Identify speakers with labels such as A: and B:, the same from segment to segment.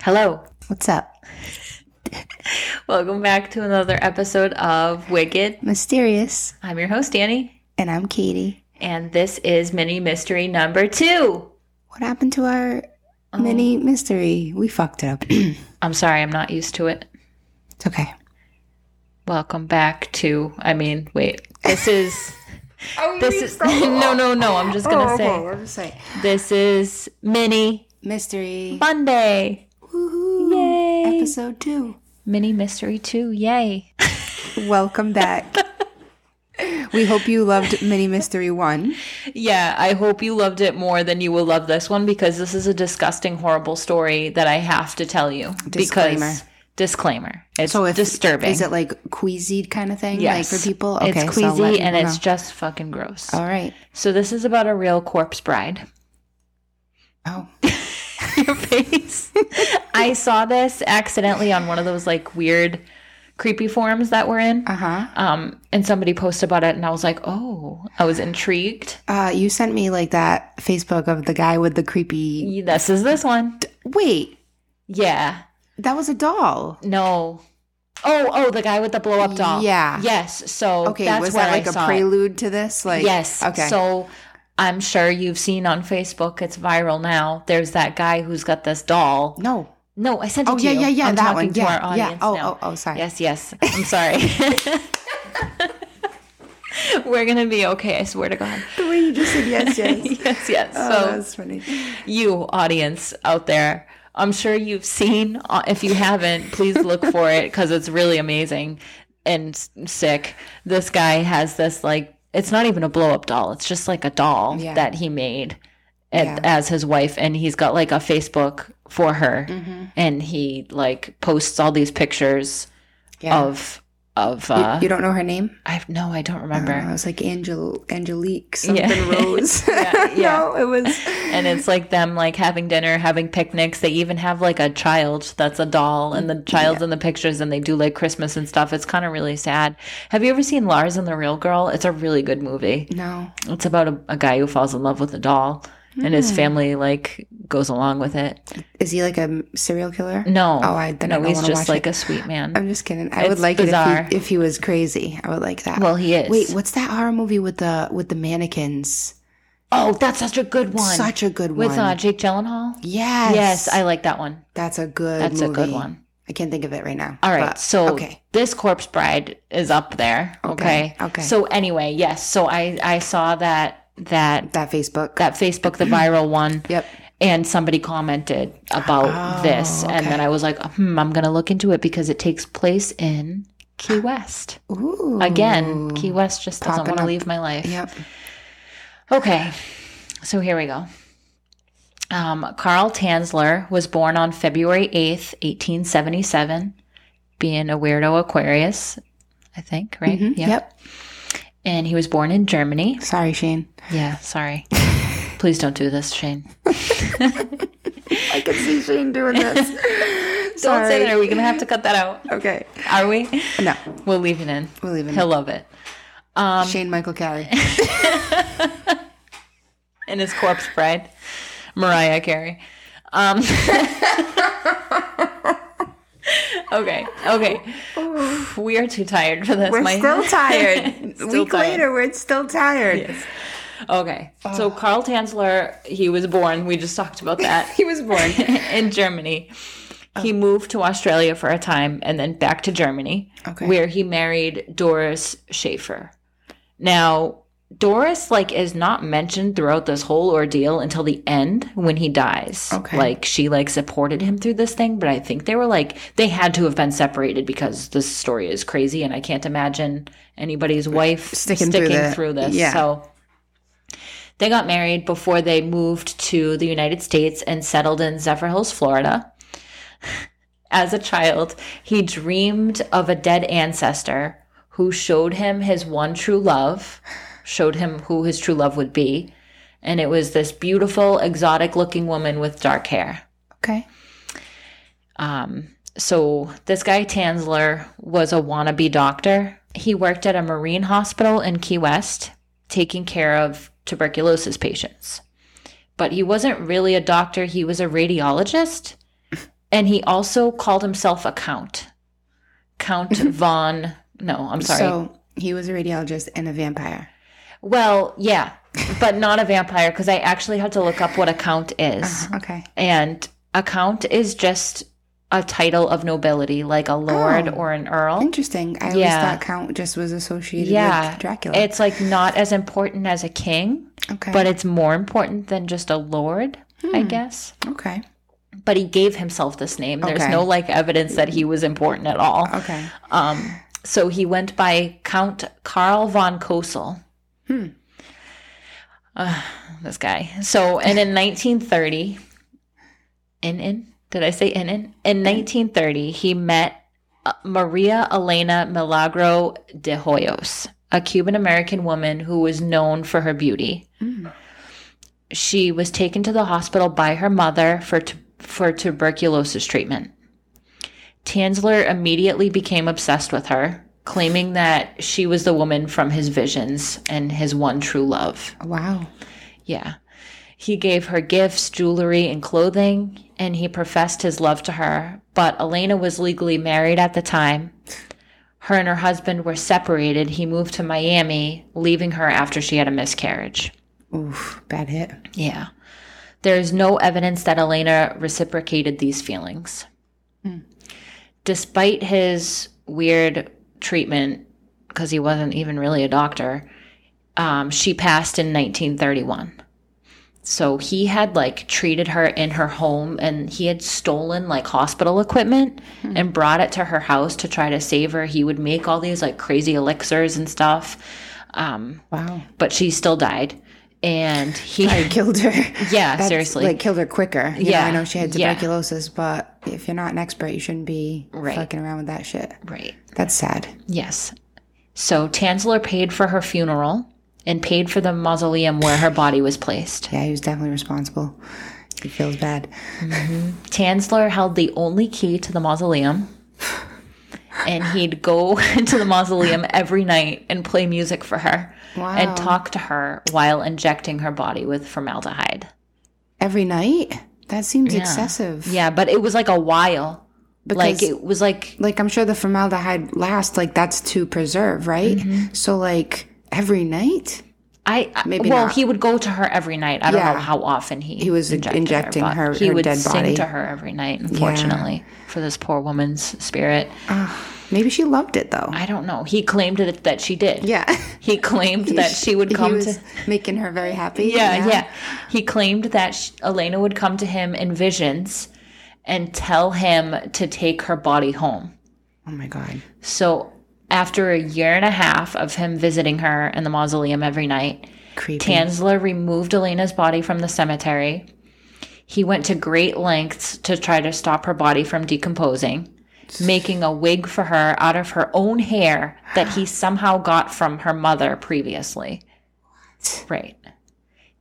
A: Hello.
B: What's up?
A: Welcome back to another episode of Wicked.
B: Mysterious.
A: I'm your host, Danny,
B: And I'm Katie.
A: and this is mini mystery number two.
B: What happened to our
A: Oh,
B: mini mystery? We fucked it up. it's
A: I'm sorry, I'm not used to it.
B: okay.
A: Welcome back to, I mean, wait, this is, this is, no, no, no, I'm just going to say, this is mini
B: Mystery.
A: Monday.
B: Woohoo.
A: Yay.
B: Episode two.
A: Mini mystery two, yay.
B: Welcome back. we hope you loved mini mystery one.
A: Yeah, I hope you loved it more than you will love this one because this is a disgusting, horrible story that I have to tell you.
B: Disclaimer.
A: Because disclaimer. It's
B: So if
A: disturbing.
B: Is it like queasy kind of thing?
A: Yes.
B: Like for people? Okay.
A: it's
B: so I'll
A: queasy
B: let
A: and
B: people
A: it's
B: know. Oh.
A: just fucking gross.
B: All right.
A: So this is about a real corpse bride.
B: Oh.
A: Your face. I saw this accidentally on one of those like weird creepy forums that we're in.
B: Uh huh.
A: Um, and somebody posted about it and I was like, Oh, I was intrigued.
B: Uh, you sent me like that Facebook of the guy with the creepy.
A: This is this one.
B: Wait,
A: Yeah.
B: that was a doll.
A: No. Oh, oh, the guy with the blow up doll.
B: Yeah.
A: Yes. So
B: Okay,
A: that's
B: was
A: where
B: that like
A: I
B: a
A: saw it.
B: prelude to this? Like
A: yes.
B: Okay.
A: So I'm sure you've seen on Facebook, it's viral now. There's that guy who's got this doll.
B: no.
A: No, I sent it
B: Oh
A: to
B: yeah,
A: you.
B: yeah, yeah.
A: I'm
B: that
A: talking
B: one.
A: to
B: yeah,
A: our audience
B: yeah. Oh,
A: now.
B: oh, oh, sorry.
A: Yes, yes. I'm sorry. We're gonna be okay. I swear to God.
B: The way you just said yes, yes.
A: Yes, yes.
B: oh,
A: so
B: that's funny.
A: you audience out there i'm sure you've seen uh, if you haven't please look for it because it's really amazing and s- sick this guy has this like it's not even a blow-up doll it's just like a doll
B: Yeah.
A: that he made at,
B: Yeah.
A: as his wife and he's got like a facebook for her
B: Mm-hmm.
A: and he like posts all these pictures
B: Yeah.
A: of of
B: You-
A: Oh, uh
B: you, don't know her name?
A: i've no i don't
B: Uh,
A: remember
B: I was like Angel Angelique something
A: Yeah.
B: Rose.
A: Yeah, yeah.
B: no, it was.
A: and it's like them like having dinner having picnics they even have like a child that's a doll and the child's in the pictures and they do like christmas and stuff it's kind of really sad have you ever seen lars and the real girl it's a really good movie
B: No.
A: it's about a, a guy who falls in love with a doll and
B: Hmm.
A: his family like goes along with it
B: Is he like a serial killer?
A: no
B: Oh, I then I
A: no
B: don't
A: he's
B: wanna
A: just
B: watch
A: like
B: it.
A: a sweet man
B: I'm just kidding. I would
A: It's
B: like it
A: bizarre.
B: if he, if he was crazy. I would like that.
A: well he is
B: Wait, what's that horror movie with the with the mannequins?
A: oh that's such a good one
B: Such a good
A: with
B: one.
A: uh, jake gyllenhaal
B: yes,
A: yes i like that one
B: that's a good.
A: that's a good
B: movie.
A: one
B: I can't think of it right now.
A: All right.
B: but-
A: so
B: okay,
A: this corpse bride is up there. Okay.
B: Okay, okay.
A: So anyway, yes. So I I saw that that
B: that Facebook.
A: that Facebook the viral one.
B: yep.
A: And somebody commented about
B: Oh,
A: this, and then
B: okay.
A: I was like, "Hmm, I'm gonna look into it because it takes place in Key West
B: Ooh.
A: again. Key West just doesn't
B: Popping
A: want to
B: up.
A: leave my life.
B: Yep.
A: Okay, so here we go. Um, Carl Tansler was born on February 8th, 1877, being a weirdo Aquarius, I think, right?
B: Mhm,
A: Yeah.
B: Yep.
A: And he was born in Germany.
B: Sorry, Shane.
A: Yeah, sorry. Please don't do this, Shane.
B: I can see Shane doing this.
A: Don't say
B: Sorry.
A: that. Are we going to have to cut that out?
B: Okay.
A: Are we?
B: No,
A: We'll leave it in.
B: we'll leave it.
A: He'll love it.
B: Um, Shane Michael Kelly.
A: And his corpse bride, Mariah Carey. Um, okay, okay. We are too tired for this.
B: We're
A: My-
B: still tired.
A: Still
B: Week
A: tired.
B: later, we're still tired.
A: Okay. So Carl Tanzler, he was born, we just talked about that,
B: He was born.
A: in Germany.
B: Oh.
A: He moved to Australia for a time and then back to Germany,
B: Okay.
A: where he married Doris Schaefer. Now, Doris like is not mentioned throughout this whole ordeal until the end when he dies.
B: Okay.
A: Like she like supported him through this thing, but I think they were like they had to have been separated because this story is crazy and I can't imagine anybody's wife sticking,
B: Sticking through the-
A: through this.
B: yeah.
A: So they got married before they moved to the United States and settled in Zephyr Hills, Florida. as a child, he dreamed of a dead ancestor who showed him his one true love, showed him who his true love would be. And it was this beautiful, exotic looking woman with dark hair.
B: Okay.
A: Um, so this guy Tansler was a wannabe doctor. He worked at a marine hospital in Key West, taking care of tuberculosis patients. But he wasn't really a doctor, he was a radiologist. And he also called himself a count. Count von no, I'm sorry.
B: So he was a radiologist and a vampire.
A: well, yeah, but not a vampire because I actually had to look up what a count is.
B: Okay.
A: And a count is just a title of nobility, like a lord
B: Oh.
A: or an earl.
B: Interesting. I always
A: Yeah.
B: thought Count just was associated
A: Yeah.
B: with Dracula.
A: It's like not as important as a king,
B: okay.
A: but it's more important than just a lord, I
B: Hmm.
A: guess.
B: okay.
A: But he gave himself this name. There's
B: Okay.
A: no like evidence that he was important at all.
B: Okay.
A: Um, so he went by Count Karl von Kosel.
B: Hmm.
A: Uh, this guy. So, and in 1930, in in did I say in in? In 1930, he met uh, Maria Elena Milagro de Hoyos, a Cuban American woman who was known for her beauty
B: Mm.
A: she was taken to the hospital by her mother for tu- for tuberculosis treatment. Tansler immediately became obsessed with her, claiming that she was the woman from his visions and his one true love.
B: Wow.
A: Yeah. He gave her gifts, jewelry, and clothing, and he professed his love to her. But Elena was legally married at the time. Her and her husband were separated. He moved to Miami, leaving her after she had a miscarriage.
B: Oof. Bad hit.
A: Yeah. There is no evidence that Elena reciprocated these feelings. Despite his weird treatment, because he wasn't even really a doctor, um, she passed in 1931. So he had like treated her in her home and he had stolen like hospital equipment and brought it to her house to try to save her. He would make all these like crazy elixirs and stuff. Um,
B: Wow.
A: but she still died. And he
B: I killed her.
A: yeah,
B: That's,
A: seriously.
B: Like killed her quicker. You
A: Yeah.
B: Know, I know she had
A: Yeah.
B: tuberculosis, but if you're not an expert, you shouldn't be
A: Right.
B: fucking around with that shit.
A: right.
B: That's sad.
A: Yes. So Tansler paid for her funeral and paid for the mausoleum where her body was placed.
B: Yeah, he was definitely responsible. He feels bad.
A: Tansler held the only key to the mausoleum. And he'd go into the mausoleum every night and play music for her
B: Wow.
A: and talk to her while injecting her body with formaldehyde.
B: Every night? That seems excessive.
A: Yeah, but it was like a while. like
B: Because-
A: it was like
B: Like, I'm sure the formaldehyde lasts, like, that's to preserve, right?
A: Mm-hmm.
B: So, like, every night?
A: I I-
B: Maybe
A: well,
B: not.
A: he would go to her every night. I don't know
B: Yeah.
A: how often he
B: He was injecting
A: but
B: her-
A: he
B: her
A: would
B: dead
A: sing
B: body.
A: to her every night. Unfortunately, for this poor woman's spirit,
B: Maybe she loved it, though.
A: I don't know. He claimed that, that she did.
B: yeah.
A: he claimed that she would come
B: he was
A: to.
B: making her very happy.
A: Yeah, yeah, He claimed that sh Elena would come to him in visions and tell him to take her body home.
B: Oh, my God.
A: So after a year and a half of him visiting her in the mausoleum every night,
B: Creepy.
A: Tansler removed Elena's body from the cemetery. He went to great lengths to try to stop her body from decomposing, making a wig for her out of her own hair that he somehow got from her mother previously. Right.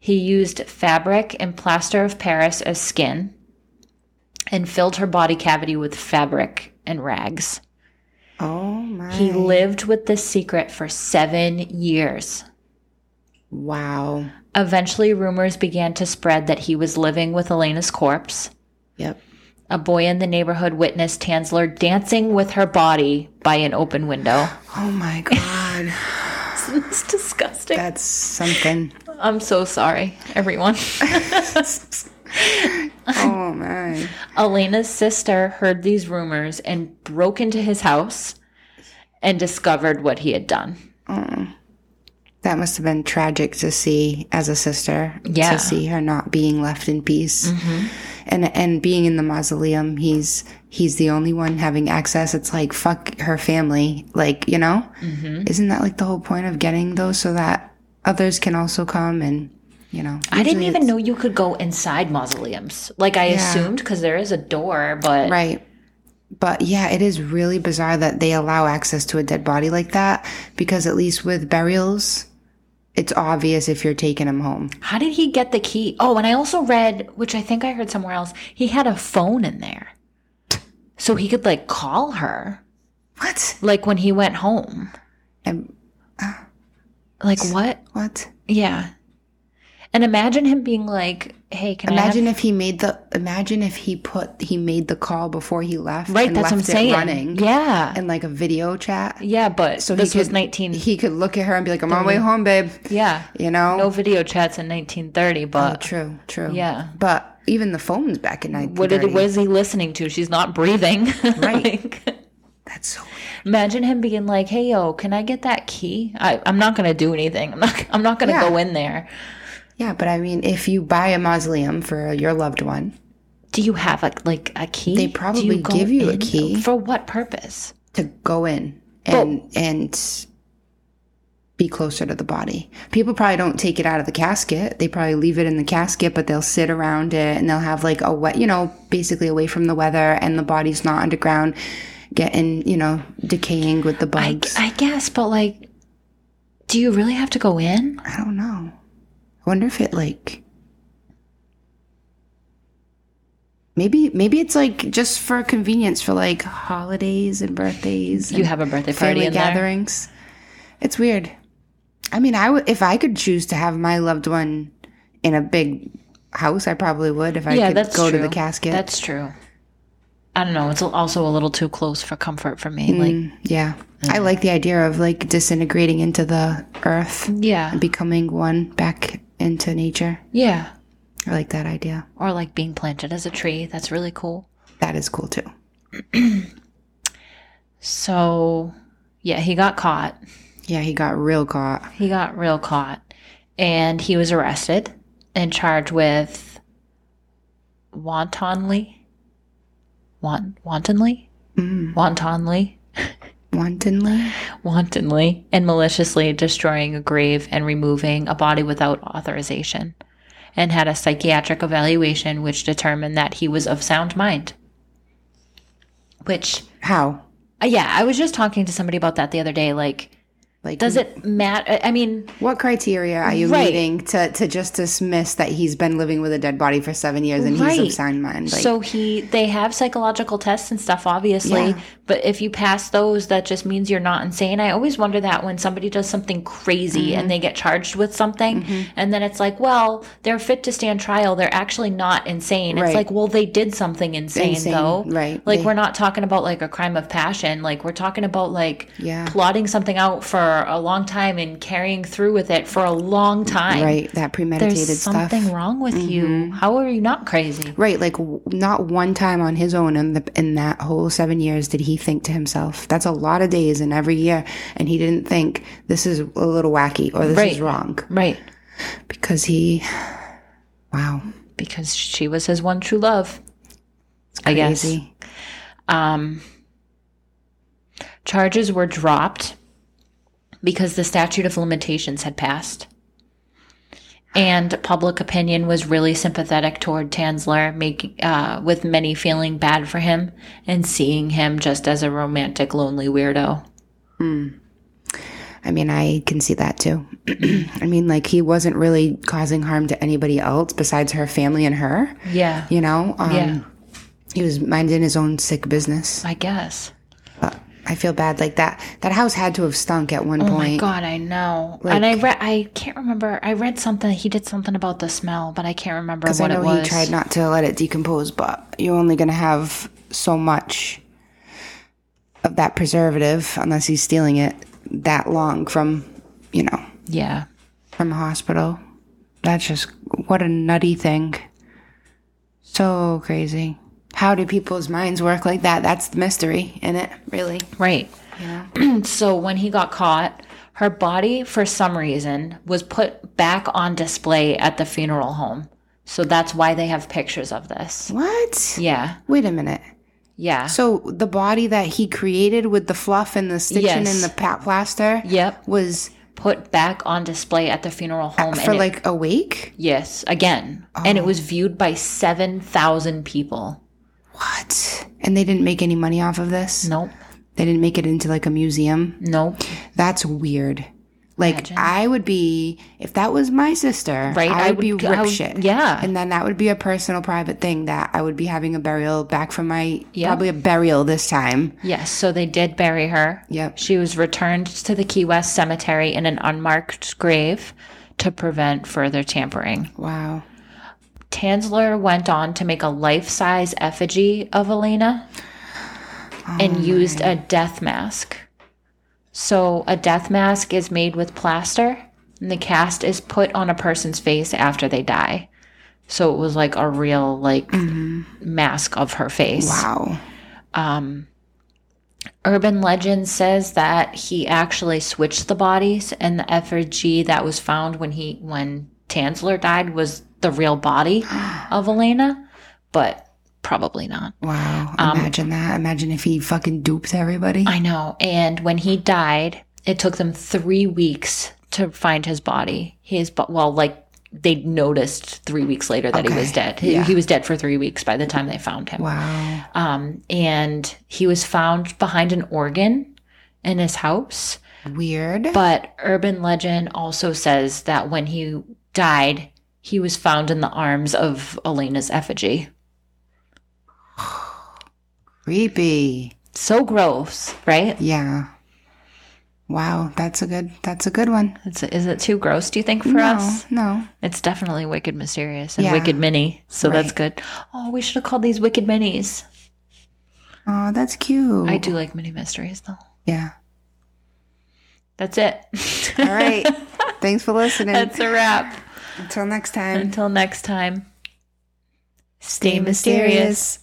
A: He used fabric and plaster of Paris as skin and filled her body cavity with fabric and rags.
B: Oh, my.
A: He lived with this secret for seven years.
B: wow.
A: Eventually, rumors began to spread that he was living with Elena's corpse.
B: Yep.
A: A boy in the neighborhood witnessed Tansler dancing with her body by an open window.
B: Oh, my God.
A: it's disgusting.
B: that's something.
A: I'm so sorry, everyone.
B: Oh, my.
A: Elena's sister heard these rumors and broke into his house and discovered what he had done.
B: That must have been tragic to see as a sister.
A: Yeah.
B: To see her not being left in peace. And and being in the mausoleum, he's he's the only one having access. It's like fuck her family. Like, you know? Isn't that like the whole point of getting those so that others can also come and you know.
A: I didn't
B: usually
A: even know you could go inside mausoleums. Like I assumed, because there is a door, but
B: it's- Right. but yeah, it is really bizarre that they allow access to a dead body like that because at least with burials, it's obvious if you're taking him home.
A: How did he get the key? Oh, and I also read, which I think I heard somewhere else, he had a phone in there. So he could like call her,
B: What?
A: like when he went home.
B: And
A: Like what?
B: what?
A: Yeah. And imagine him being like, hey, can I
B: Imagine if he made the imagine if he put he made the call before he left.
A: have- Right,
B: and
A: that's what I'm
B: left it
A: saying.
B: Running
A: Yeah.
B: and like a video chat.
A: yeah, but
B: So he
A: this was
B: could-
A: 19.
B: He could look at her and be like, "I'm on my way home, babe."
A: yeah.
B: You know.
A: No video chats in 1930,
B: Oh,
A: but
B: true. True.
A: yeah.
B: But even the phones back in night.
A: what, did, what is he listening to? She's not breathing.
B: Right.
A: Like-
B: That's so. Weird.
A: Imagine him being like, "Hey, yo, can I get that key? I, I'm not gonna do anything. I'm not. I'm not gonna
B: Yeah.
A: go in there.
B: Yeah, but I mean, if you buy a mausoleum for your loved one
A: Do you have a like a key?
B: They
A: Do
B: probably
A: go
B: give you a
A: in?
B: key.
A: for what purpose?
B: to go in and and be closer to the body. People probably don't take it out of the casket. They probably leave it in the casket, but they'll sit around it and they'll have like a wet, you know, basically away from the weather and the body's not underground getting, you know, decaying with the
A: I,
B: bugs. I,
A: I guess, but like, do you really have to go in?
B: don't know. I wonder if it like Maybe maybe it's like just for convenience for like holidays and birthdays.
A: You
B: and-
A: have a birthday party
B: family
A: in there.
B: gatherings. It's weird. I mean, I would if I could choose to have my loved one in a big house, I probably would. If I
A: Yeah,
B: could
A: that's
B: go
A: true.
B: to the casket,
A: That's true. I don't know. It's also a little too close for comfort for me.
B: Mm.
A: Like,
B: yeah, I like the idea of like disintegrating into the earth,
A: yeah,
B: becoming one back into nature.
A: yeah,
B: I like that idea.
A: or like being planted as a tree. That's really cool.
B: That is cool too.
A: So, yeah, he got caught.
B: Yeah, he got real caught.
A: He got real caught and he was arrested and charged with wantonly. Want, wantonly? Wantonly?
B: Wantonly,
A: Wantonly and maliciously destroying a grave and removing a body without authorization. And had a psychiatric evaluation which determined that he was of sound mind. Which,
B: how?
A: uh, yeah, I was just talking to somebody about that the other day. Like,
B: Like,
A: does it matter? I mean,
B: What criteria are you
A: Right.
B: meeting to to just dismiss that he's been living with a dead body for seven years and he's
A: Right.
B: of sound mind? Like,
A: so he they have psychological tests and stuff obviously
B: Yeah.
A: but if you pass those that just means you're not insane i always wonder that when somebody does something crazy
B: Mm-hmm.
A: and they get charged with something and then it's like well they're fit to stand trial they're actually not insane it's
B: Right.
A: like well they did something insane,
B: Insane,
A: though
B: right.
A: like
B: They-
A: we're not talking about like a crime of passion like we're talking about like
B: Yeah.
A: plotting something out for a long time and carrying through with it for a long time
B: Right, that premeditated
A: there's
B: stuff. Mm-hmm.
A: something wrong with you how are you not crazy
B: Right, like w- not one time on his own in the in that whole 7 years did he think to himself, that's a lot of days in every year and he didn't think this is a little wacky or this
A: Right.
B: is wrong
A: right
B: because he wow,
A: because she was his one true love. I guess
B: crazy.
A: charges were dropped because the statute of limitations had passed. And public opinion was really sympathetic toward Tansler, making uh, with many feeling bad for him and seeing him just as a romantic, lonely weirdo.
B: I mean, I can see that too. I mean, like he wasn't really causing harm to anybody else besides her family and her,
A: Yeah,
B: you know? Um
A: yeah,
B: he was minding his own sick business.
A: I guess.
B: But I feel bad like that that house had to have stunk at one
A: Oh my
B: point.
A: God, I know. and I read, I can't remember. I read something. He did something about the smell, but I can't remember
B: So I
A: what
B: know
A: it was.
B: he tried not to let it decompose, but you're only going to have so much of that preservative unless he's stealing it that long from, you know,
A: yeah,
B: from a hospital. That's just what a nutty thing. So crazy. How do people's minds work like that? That's the mystery in it, really.
A: right. so when he got caught, her body, for some reason, was put back on display at the funeral home. So that's why they have pictures of this.
B: What?
A: Yeah,
B: Wait a minute.
A: yeah.
B: So the body that he created with the fluff and the stitching
A: Yes.
B: and the pa- plaster
A: yep.
B: was
A: Put back on display at the funeral home.
B: for
A: and it-
B: like Oh. a week?
A: yes, again. And it was viewed by 7,000 people.
B: What? And they didn't make any money off of this?
A: Nope.
B: They didn't make it into like a museum?
A: Nope.
B: That's weird. Like I would be if that was my sister,
A: Right,
B: I,
A: I
B: would, be
A: would-
B: rip
A: I would-
B: shit.
A: yeah.
B: And then that would be a personal private thing that I would be having a burial back from my
A: Yeah.
B: probably a burial this time.
A: Yes, so they did bury her.
B: Yep.
A: She was returned to the Key West cemetery in an unmarked grave to prevent further tampering.
B: Wow.
A: Tansler went on to make a life size effigy of Elena and used a death mask. So, a death mask is made with plaster, and the cast is put on a person's face after they die. So, it was like a real, like, mask of her face.
B: Wow.
A: Urban legend says that he actually switched the bodies, and the effigy that was found when he when Tansler died was the real body of Elena, but probably not.
B: Wow. Imagine that. Imagine if he fucking dupes everybody.
A: Um, I know. And when he died, it took them three weeks to find his body. His but well, like they noticed three weeks later that he
B: Okay.
A: was dead. He,
B: Yeah.
A: he was dead for three weeks by the time they found him.
B: wow.
A: Um, and he was found behind an organ in his house.
B: Weird.
A: But urban legend also says that when he died, he was found in the arms of Elena's effigy.
B: Creepy.
A: So gross, right?
B: Yeah. Wow, that's a good that's a good one.
A: It's, is it too gross, do you think, for
B: no,
A: us?
B: no.
A: It's definitely Wicked Mysterious and
B: Yeah.
A: Wicked Mini. So that's
B: Right.
A: good. Oh, we should have called these Wicked Minis.
B: Oh, that's cute.
A: I do like mini mysteries, though.
B: Yeah.
A: That's it.
B: All right. Thanks for listening.
A: that's a wrap.
B: Until next time.
A: Until next time, stay mysterious.